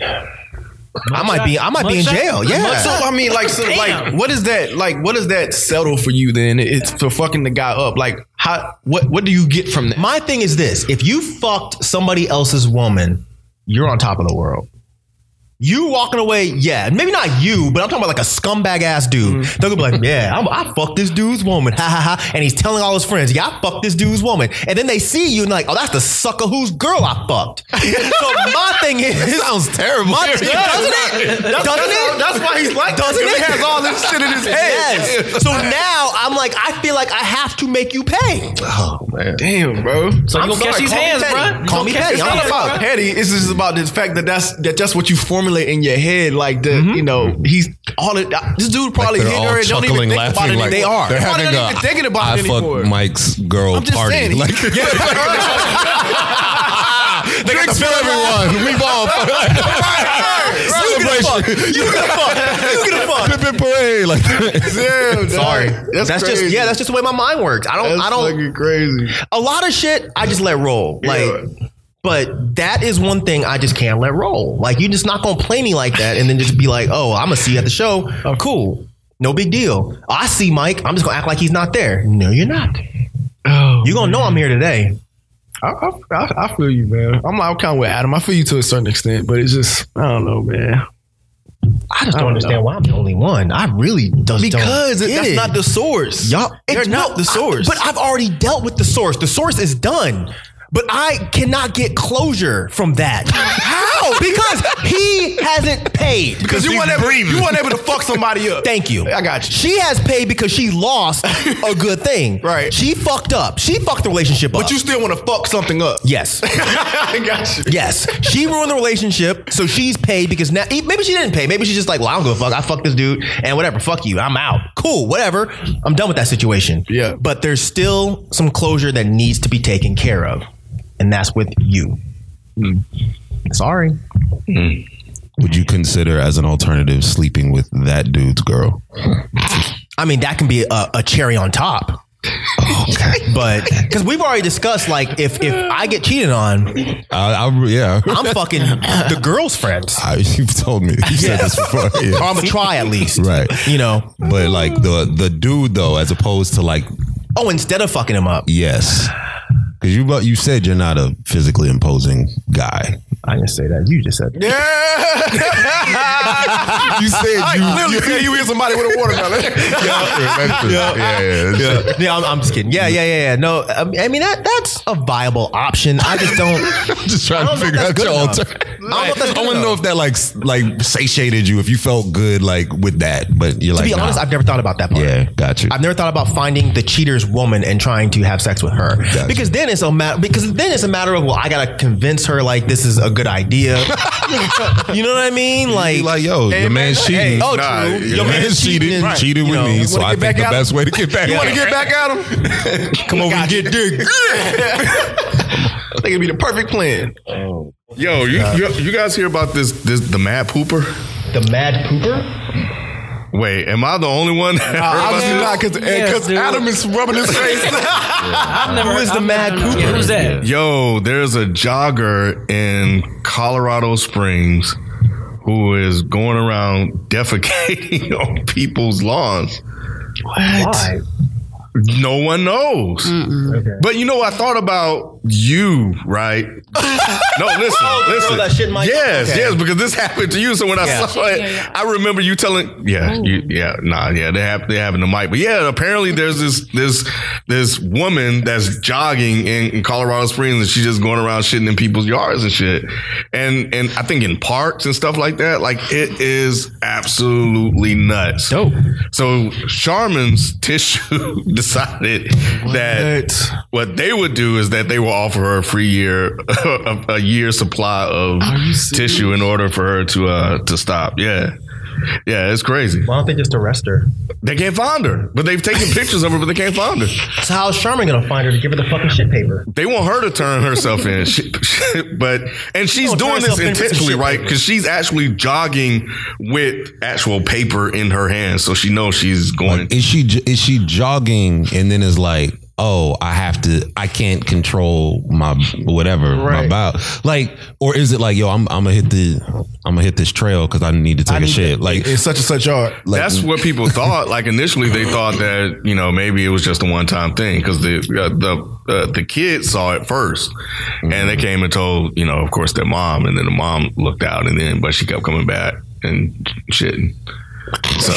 I might be I might be in Mugshot? jail. Yeah. So I mean, like, so, like, what is that? Like, what does that settle for you? Then it's for fucking the guy up. Like, how? What? What do you get from that? My thing is this: if you fucked somebody else's woman, you're on top of the world. You walking away, yeah, maybe not you, but I'm talking about like a scumbag ass dude. They're gonna be like, yeah, I'm, I fucked this dude's woman, ha ha ha, and he's telling all his friends, yeah, I fucked this dude's woman, and then they see you and like, oh, that's the sucker whose girl I fucked. so my thing is, sounds terrible, doesn't it? Doesn't it? That's why he's like, doesn't it? He has all this shit in his head. Yes. So now I'm like, I feel like I have to make you pay. oh, Damn, bro. So you gonna catch these hands, bruh. Call me petty. It's I'm not a about fuck. petty. It's just about the fact that that's that that's what you formulate in your head. Like the Mm-hmm. you know he's all it. This dude probably they're hit all her and don't even chuckling, think laughing. about it. like, they are. They're Probably having not a even thinking about I it fuck anymore. Mike's girl I'm just party. saying. Like, they got to fill everyone. We've all celebration. You get a fuck. You get a fuck. Pippin parade. Like, Damn, Sorry. That's, just crazy. yeah, that's just the way my mind works. I don't I don't fucking crazy. a lot of shit I just let roll. Like but that is one thing I just can't let roll. Like you're just not gonna play me like that and then just be like, oh, I'm gonna see you at the show. Cool. No big deal. I see Mike. I'm just gonna act like he's not there. No, you're not. Oh, You're gonna know I'm here today. I, I, I- I feel you, man. I'm I'm kind of with Adam. I feel you to a certain extent, but it's just I don't know, man. I just don't, understand why Oh, I'm the only one. I really just Because don't it, get that's it. not the source. Yup. they're It's- not no, the source. I- but I've already dealt with the source. The source is done. But I cannot get closure from that. How? Because he hasn't paid. Because you he's weren't able, breathing. you weren't able to fuck somebody up. Thank you. I got you. She has paid because she lost a good thing. Right. She fucked up. She fucked the relationship up. But you still want to fuck something up. Yes. I got you. Yes. She ruined the relationship, so she's paid because now e- maybe she didn't pay. Maybe she's just like, well, I don't give a fuck. I fucked this dude and whatever. Fuck you. I'm out. Cool. Whatever. I'm done with that situation. Yeah. But there's still some closure that needs to be taken care of, and that's with you. Sorry. Would you consider as an alternative sleeping with that dude's girl? I mean, that can be a, a cherry on top. Okay. But because we've already discussed, like, if if I get cheated on, I, I yeah. I'm fucking the girl's friends. I, you've told me. You said this before. Yeah. Or I'm gonna try at least. Right. You know. But like the the dude though, as opposed to like Oh, instead of fucking him up. yes, because you you said you're not a physically imposing guy. I didn't say that. You just said that. You said I literally said you hit somebody with a watermelon. yeah, yeah, yeah. Yeah, I'm, I'm just kidding. Yeah, yeah, yeah, yeah. No, I mean- I mean that that's a viable option. I just don't. Just trying I to don't know if figure that's out good your enough. alternative. I don't know if that's I good want to know enough. if that like s- like satiated you, if you felt good like with that. But you're to like, be honest, nah. I've never thought about that part. yeah, got you. I've never thought about finding the cheater's woman and trying to have sex with her Gotcha. because then it's a matter because then it's a matter of well I gotta convince her like this is a good idea. you know what I mean? Like, Be like, yo, your man's cheating. oh, Nah, true. Your, Your man's man's cheating. cheating. Right. Cheated You with know, me. you So wanna I get back think the at best way to get back. You wanna at get it- Back at him. come over and get dick. I think it'd be the perfect plan. Yo, you, you you guys hear about this this the mad pooper? The mad pooper. Wait, am I the only one? that heard about Obviously this? not, because Yes, dude. Adam is rubbing his face. I've never, Who is the I've Mad never- Yeah, Cooper? who's that? Yo, there's a jogger in Colorado Springs who is going around defecating on people's lawns. Why? No one knows. But you know, I thought about you, right? no, listen, listen. Oh, that shit, Mike? Yes, Okay. yes, because this happened to you. So when Yeah. Oh. I saw it, I remember you telling, yeah, you, yeah, nah, yeah, they have they having the mic, but yeah, apparently there's this this this woman that's jogging in, in Colorado Springs, and she's just going around shitting in people's yards and shit, and and I think in parks and stuff like that. Like it is absolutely nuts. Dope. So Charmin's tissue decided that what they would do is that they will offer her a free year, a, a year supply of tissue in order for her to uh to stop. Yeah. Yeah, it's crazy. Why don't they just arrest her? They can't find her, but they've taken pictures of her, but they can't find her. So how's Sherman gonna find her to give her the fucking shit paper? They want her to turn herself in, She- she- but and she's Don't turn herself in doing this for some intentionally, shit right? paper. Because she's actually jogging with actual paper in her hand, so she knows she's going. Like, is she j- is she jogging and then is like, oh, I have to, I can't control my whatever my bow. Like, or is it like, yo, I'm I'm gonna hit the, I'm gonna hit this trail because I need to take a shit. like, It's such and such art. like That's what people thought. Like initially, they thought that you know maybe it was just a one time thing because the uh, the uh, the kids saw it 1st and Mm-hmm. they came and told you know of course their mom, and then the mom looked out, and then but she kept coming back and shitting. So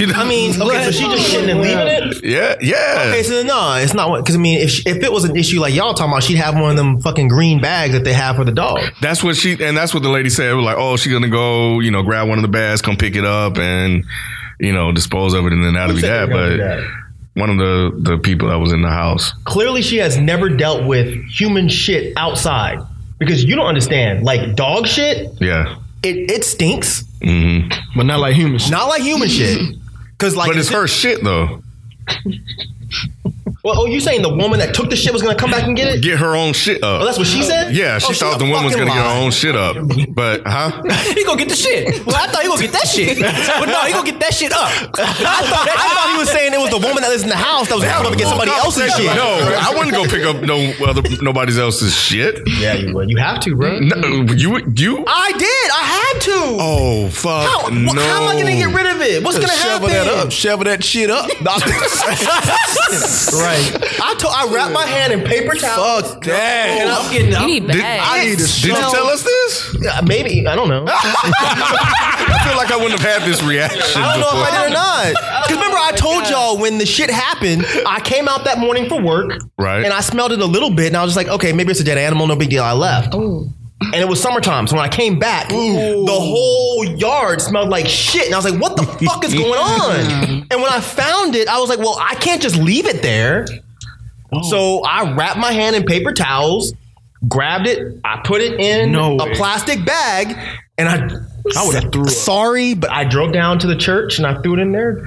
you know, I mean, okay, so she just shitting and leaving it. yeah, yeah. Okay, so no, it's not because I mean, if she, if it was an issue like y'all talking about, she'd have one of them fucking green bags that they have for the dog. That's what she and that's what the lady said. It was like, oh, she's gonna go, you know, grab one of the bags, come pick it up, and you know, dispose of it, and then that'll be said that. they were But gonna do one of the the people that was in the house, Clearly, she has never dealt with human shit outside because you don't understand. Like dog shit, yeah, it it stinks, hmm But not like humans. not like human shit. Cause like, but it's if it- her shit though. Well, oh, you saying the woman that took the shit was gonna come back and get it? Get her own shit up. Oh, that's what she said. yeah, she Oh, thought a the woman was fucking gonna get her liar. own shit up, but huh? He gonna get the shit. Well, I thought he was gonna get that shit, but no, he gonna get that shit up. I thought, I thought he was saying it was the woman that lives in the house that was going up against somebody else's shit. No, I wouldn't go pick up no other nobody's else's shit. yeah, you would. You have to, bro. No, you you. I did. I had to. Oh fuck! How, wh- no. how am I gonna get rid of it? What's gonna Shovel happen? that up. Shovel that shit up. right. I told. I wrapped my hand in paper towel. Fuck that. Oh, I'm getting. You need Did, bags. did you tell us this? this? Yeah, maybe I don't know. I I feel like I wouldn't have had this reaction. don't know if I before. did or not. Because remember, I told y'all when the shit happened, I came out that morning for work, Right. And I smelled it a little bit, and I was just like, okay, maybe it's a dead animal. No big deal. I left. And it was summertime, so when I came back, the whole yard smelled like shit, and I was like, what the fuck is going on? and when I found it, I was like, well, I can't just leave it there. So I wrapped my hand in paper towels, grabbed it, I put it in No a way. plastic bag, and I. I would've threw up. Sorry, but I drove down to the church and I threw it in there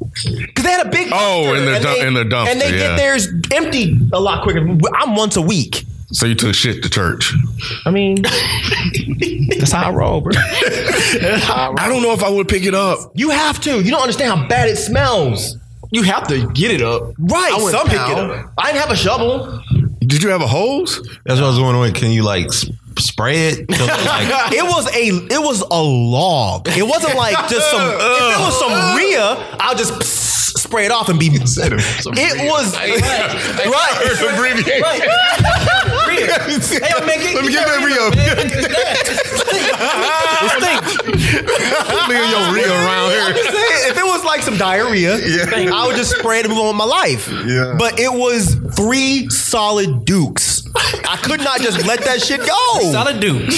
because they had a big Oh, dumpster, in their dump- in their dumpster, and they yeah. get theirs empty a lot quicker. I'm once a week. So you took shit to church. I mean, That's how I roll, bro. I don't know if I would pick it up. you have to. You don't understand how bad it smells. You have to get it up. Right, I wouldn't somehow. pick it up. I didn't have a shovel. Did you have a hose? That's what I was wondering. wait, Can you like s- spray it? Till, like, It was a it was a log. It wasn't like just some. if it was some Rhea, I'll just spray it off and be. It was right. Abbreviate. Right. Hey, yo, man, get- Let me get that Rio. Leave your Rio around I'm here. just saying, if it was like some diarrhea, I would just spray it and move on with my life. Yeah. But it was three solid dukes. I could not just let that shit go. Solid dude.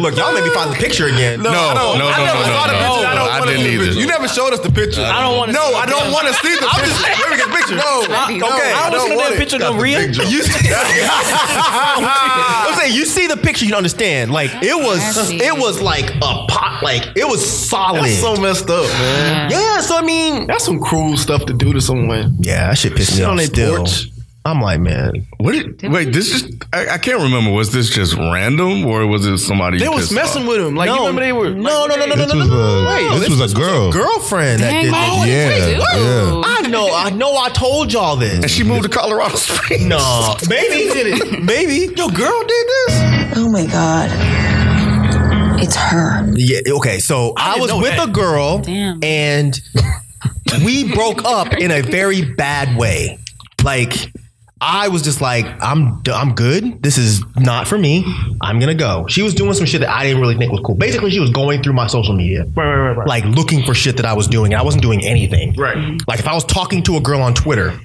Look, y'all made me find the picture again. No, I no, don't- no, I no, never no, saw the no, picture. I no. don't I wanna didn't see the either. picture. You never showed us the picture. I don't wanna No, see I the don't want to see the picture. Let me get the picture. No. I don't- I don't see that picture of no Rhea. You see, I'm saying you see the picture, you don't understand. Like it was, Nasty. it was like a pot. Like it was solid. That's so messed up, man. yeah, so I mean, That's some cruel stuff to do to someone. yeah, that shit pissed me Sit on off. their Still, porch. I'm like, man, What did, wait, this is I, I can't remember. Was this just random or was it somebody? They was messing with him. Like you remember they were. uh, no, no, no, no, no, this no, no, was no, no, a no. this was a girl. girlfriend that did this. Oh, Yeah, dude. yeah. I know, I know, I told y'all And this. she moved to Colorado Springs. No, maybe did it. Maybe your girl did this. Oh my God. It's her. Yeah. Okay. So I, was with a girl, Damn. and we broke up in a very bad way. Like I was just like, I'm, d- I'm good. This is not for me. I'm gonna go. She was doing some shit that I didn't really think was cool. Basically, she was going through my social media. Right, right, right, right. like looking for shit that I was doing, and I wasn't doing anything. Right. Like if I was talking to a girl on Twitter.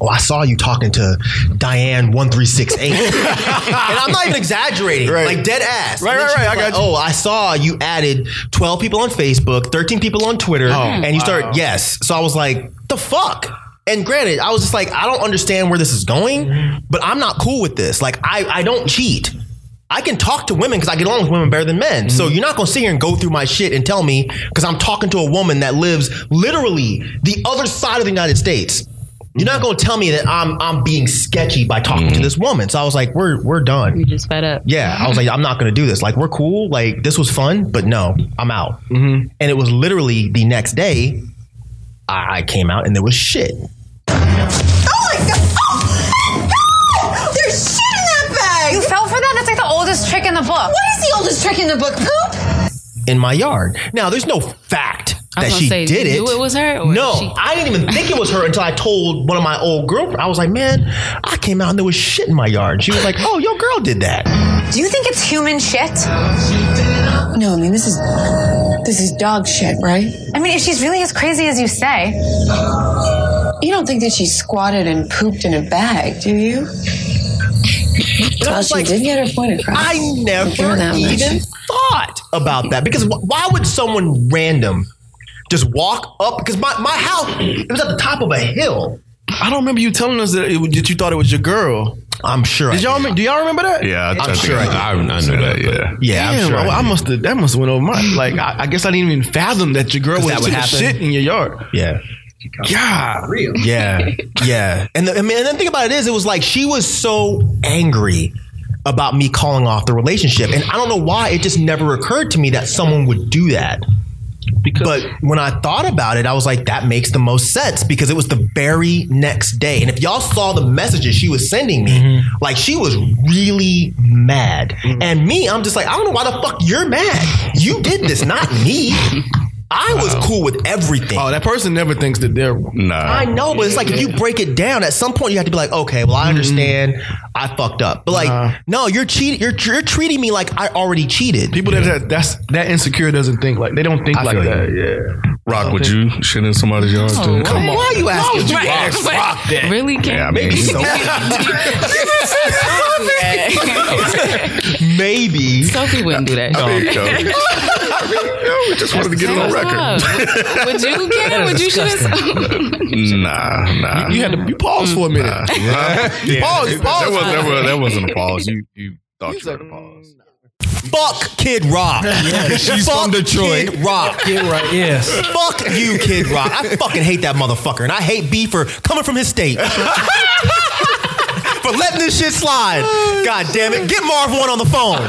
Oh, I saw you talking to Diane one three six eight, and I'm not even exaggerating, Right. like dead ass. Right, And then right, she was right, I like, got you. Oh, I saw you added twelve people on Facebook, thirteen people on Twitter, Oh, and you started yes. So I was like, the fuck. And granted, I was just like, I don't understand where this is going, but I'm not cool with this. Like, I I don't cheat. I can talk to women because I get along with women better than men. So you're not gonna sit here and go through my shit and tell me because I'm talking to a woman that lives literally the other side of the United States. You're not gonna tell me that I'm I'm being sketchy by talking to this woman. So I was like, we're we're done. You're just fed up. Yeah, I was like, I'm not gonna do this. Like, we're cool. Like, this was fun, but no, I'm out. And it was literally the next day, I, I came out and there was shit. Oh my God. Oh, there's shit in that bag. You fell for that? That's like the oldest trick in the book. What is the oldest trick in the book, Poop? in my yard. Now, there's no fact that gonna she say, did you it. knew it was her, or no, she- I didn't even think it was her until I told one of my old girlfriends. I was like, man, I came out and there was shit in my yard. She was like, oh, your girl did that. Do you think it's human shit? No, I mean this is this is dog shit, right? I mean, if she's really as crazy as you say. You don't think that she squatted and pooped in a bag, do you? Well, she did get her point across. I never Give her that even thought about that because wh- why would someone random just walk up? Because my, my house, it was at the top of a hill. I don't remember you telling us that, it, that you thought it was your girl. I'm sure. I Did y'all? remember- Do y'all remember that? Yeah, I, I think sure I, I knew that. Yeah. yeah, Damn, I'm sure. I, I must have. That must have went over my. Like, I, I guess I didn't even fathom that your girl 'Cause was that would taking happen. shit in your yard. yeah. God, Yeah, yeah. And the, I mean, and the thing about it is, it was like she was so angry about me calling off the relationship, and I don't know why it just never occurred to me that someone would do that. But when I thought about it, I was like, that makes the most sense because it was the very next day. And if y'all saw the messages she was sending me, like she was really mad. And me, I'm just like, I don't know why the fuck you're mad. You did this, not me. I was cool with everything. Oh, that person never thinks that they're Nah. I know, but it's like if you break it down, at some point you have to be like, okay, Mm-hmm. well, I understand, I fucked up. But like, no, you're cheating. You're, you're treating me like I already cheated. people that, that that's that insecure doesn't think like they don't think like feel that. Yeah. Rock, would you shit in somebody's yard Oh, too? Come on. Why are you asking? Right. Rock, Like, rock that. Really? Can Yeah, I mean, so, Maybe. Sophie wouldn't do that. I mean, you know, I mean, no, just wanted to get it on record. record. Would you get it? Would you shoot us? Nah, nah. You had to you pause for a minute. Pause, That, was, that, was, that wasn't a pause. You, you thought you had a pause. Fuck Kid Rock. She's Fuck from Detroit. Kid Rock. Yeah, right. Yes. Fuck you, Kid Rock. I fucking hate that motherfucker, and I hate B for coming from his state. For letting this shit slide. God damn it. Get Marv 1 on the phone.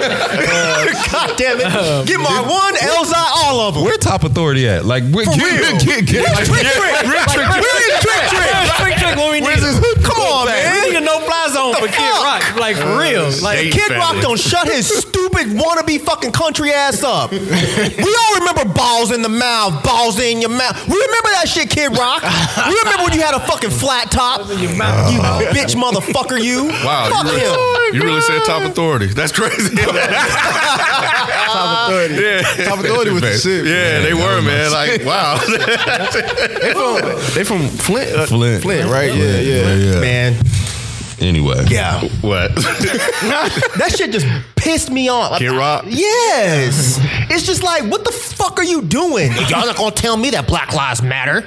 God damn it. Get Marv 1, Elzai, all of them. Oh, Where top authority at? Like, where, For get, real. Get, get, Where's Trick Trick? Where's Trick Trick? Where is Trick Trick? Trick trick what we need. Where's his hood? Come on, We need a man. no fly zone The for Kid fuck? Rock. Like for real. Like They- Kid Rock family. don't shut his stupid wannabe fucking country ass up. We all remember balls in the mouth, balls in your mouth. We remember that shit, Kid Rock. We remember when you had a fucking flat top. You bitch motherfucker, you. Wow, Fuck you really, him. you really said top authority. That's crazy. Top authority. yeah. Top authority with the shit. Yeah, they were, man. Like, wow. They from they from Flint. uh, Flint. Flint, right? Flint, Yeah, yeah. yeah. Man, Anyway. yeah. what? That shit just pissed me off. Like, Kid Rock? Yes. It's just like, what the fuck are you doing? Y'all not gonna tell me that Black Lives Matter.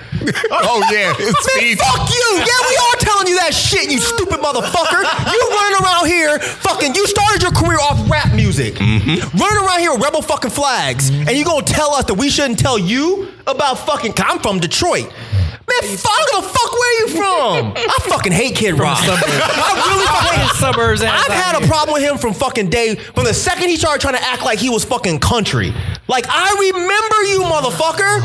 oh, yeah. It's Man, Pete. fuck you! Yeah, we are telling you that shit, you stupid motherfucker. You running around here, fucking. You started your career off rap music, running around here with rebel fucking flags, and you gonna tell us that we shouldn't tell you about fucking? I'm from Detroit. Man, fuck, I don't give a fuck where you from. I fucking hate Kid Rock. I really fucking hate suburbs. ass I've out had a here. problem with him from fucking day from the second he started trying to act like he was fucking country. Like I remember you, motherfucker.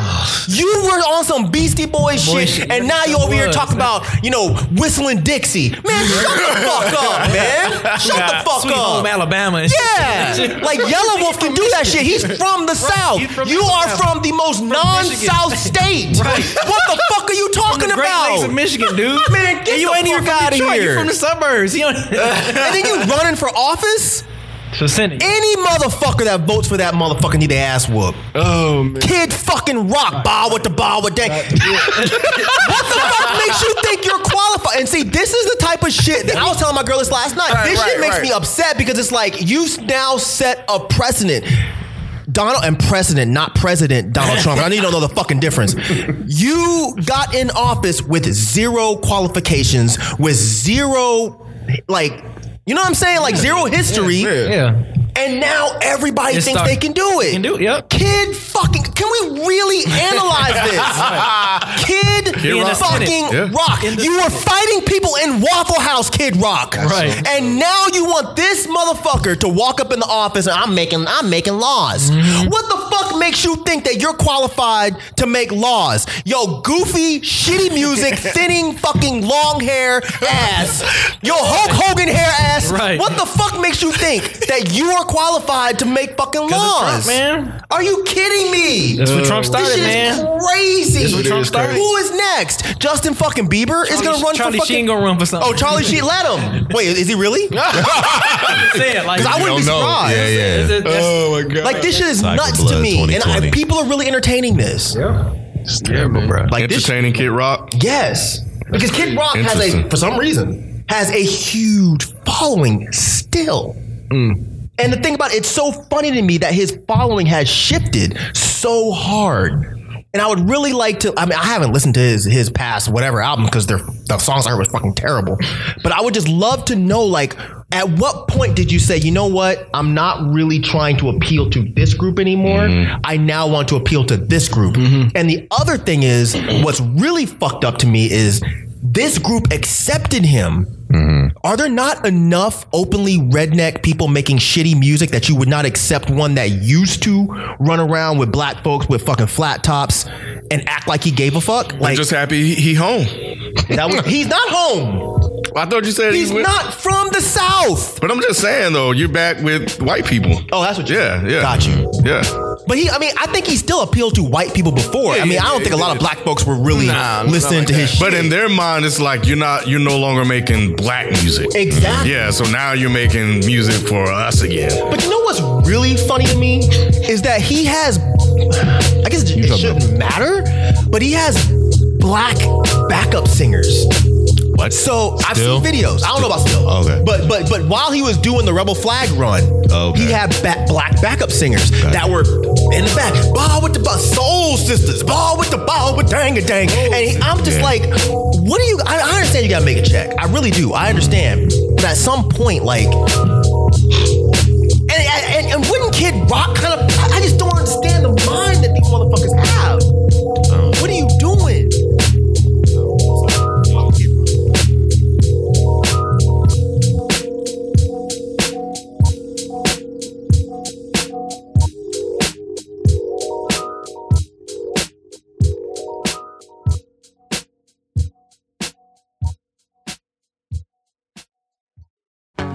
You were on some Beastie Boys Boy shit, shit, and yes, now you it over here was, talking about you know whistling Dixie. Man, shut the fuck up, man. Shut the fuck Sweet up. home Alabama. and shit. Yeah, like Yellow Wolf can do that shit. He's from the South. he's from you the are South. from the most non-South state. What the fuck are you From talking the Great about? Lakes of Michigan, dude. Man, get and you the ain't even fuck from outta Detroit. here. You from the suburbs. You don't. and then you running for office? Vicinity. Any motherfucker that votes for that motherfucker need their ass whooped. Oh man. Kid fucking rock, bow with the bow with that. what the fuck makes you think you're qualified? And see, this is the type of shit that I was telling my girl this last night. Right, this shit right, makes right. me upset because it's like you now set a precedent. Donald and president, not president Donald Trump. I need to know the fucking difference. You got in office with zero qualifications, with zero, like, you know what I'm saying? Like zero history. Yeah. And now everybody It's thinks dark. they can do it. Can do it, yep. Kid fucking, can we really analyze this? Kid Kid Rock. fucking Yeah. Rock. You were fighting people in Waffle House, Kid Rock. Right. And now you want this motherfucker to walk up in the office and I'm making, I'm making laws. Mm-hmm. What the fuck makes you think that you're qualified to make laws? Yo, goofy, shitty music, thinning fucking long hair ass. Yo, Hulk Hogan hair ass. Right. What the fuck makes you think that you are qualified to make fucking Because of Trump, laws? man. Are you kidding me? That's what Trump This started, shit is man. crazy. That's what Trump started. Who is next? Justin fucking Bieber is gonna Charlie- run Charlie for fucking. Sheen gonna run for something. Oh, Charlie Sheen, let him. Wait, is he really? Say it like. I wouldn't be Don't know. surprised. Yeah, yeah. It's a- that's- Oh, my god. Like this shit is Cyber nuts to Blood me, and I, 2020. people are really entertaining this. Like this- Entertaining Kid Rock. Yes, because Kid Rock has a, interesting. for some reason, has a huge following still. And the thing about it, it's so funny to me that his following has shifted so hard. And I would really like to. I mean, I haven't listened to his his past whatever album because they're the songs I heard was fucking terrible. But I would just love to know, like, at what point did you say, you know what? I'm not really trying to appeal to this group anymore. I now want to appeal to this group. And the other thing is, what's really fucked up to me is this group accepted him are there not enough openly redneck people making shitty music that you would not accept one that used to run around with black folks with fucking flat tops and act like he gave a fuck? I'm Like just happy he, he home. that was, he's not home. I thought you said He's he went- not from the South. But I'm just saying though, you're back with white people. Oh, that's what you Yeah, yeah. Got you. Yeah. But he, I mean, I think he still appealed to white people before. I mean, I don't think a lot of black folks were really listening to his shit. But in their mind, it's like you're not, you're no longer making black music. Exactly. Yeah. So now you're making music for us again. But you know what's really funny to me is that he has, I guess it shouldn't matter, but he has black backup singers. What? So I've Still? Oh, seen videos. I don't know about still. Okay. But but but while he was doing the rebel flag run, Okay. he had ba- black backup singers that were in the back. Ball with the ball, soul sisters. Ball with the ball with dang a dang. And he, I'm just Oh, Yeah. like, what do you? I, I understand you gotta make a check. I really do. I understand. But at some point, like. And, and, and wouldn't Kid Rock kind of? I I just don't understand the mind that these motherfuckers have. Oh. What are you doing?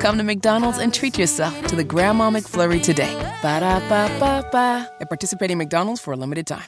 Come to McDonald's and treat yourself to the Grandma McFlurry today. Ba da ba ba ba. At participating McDonald's for a limited time.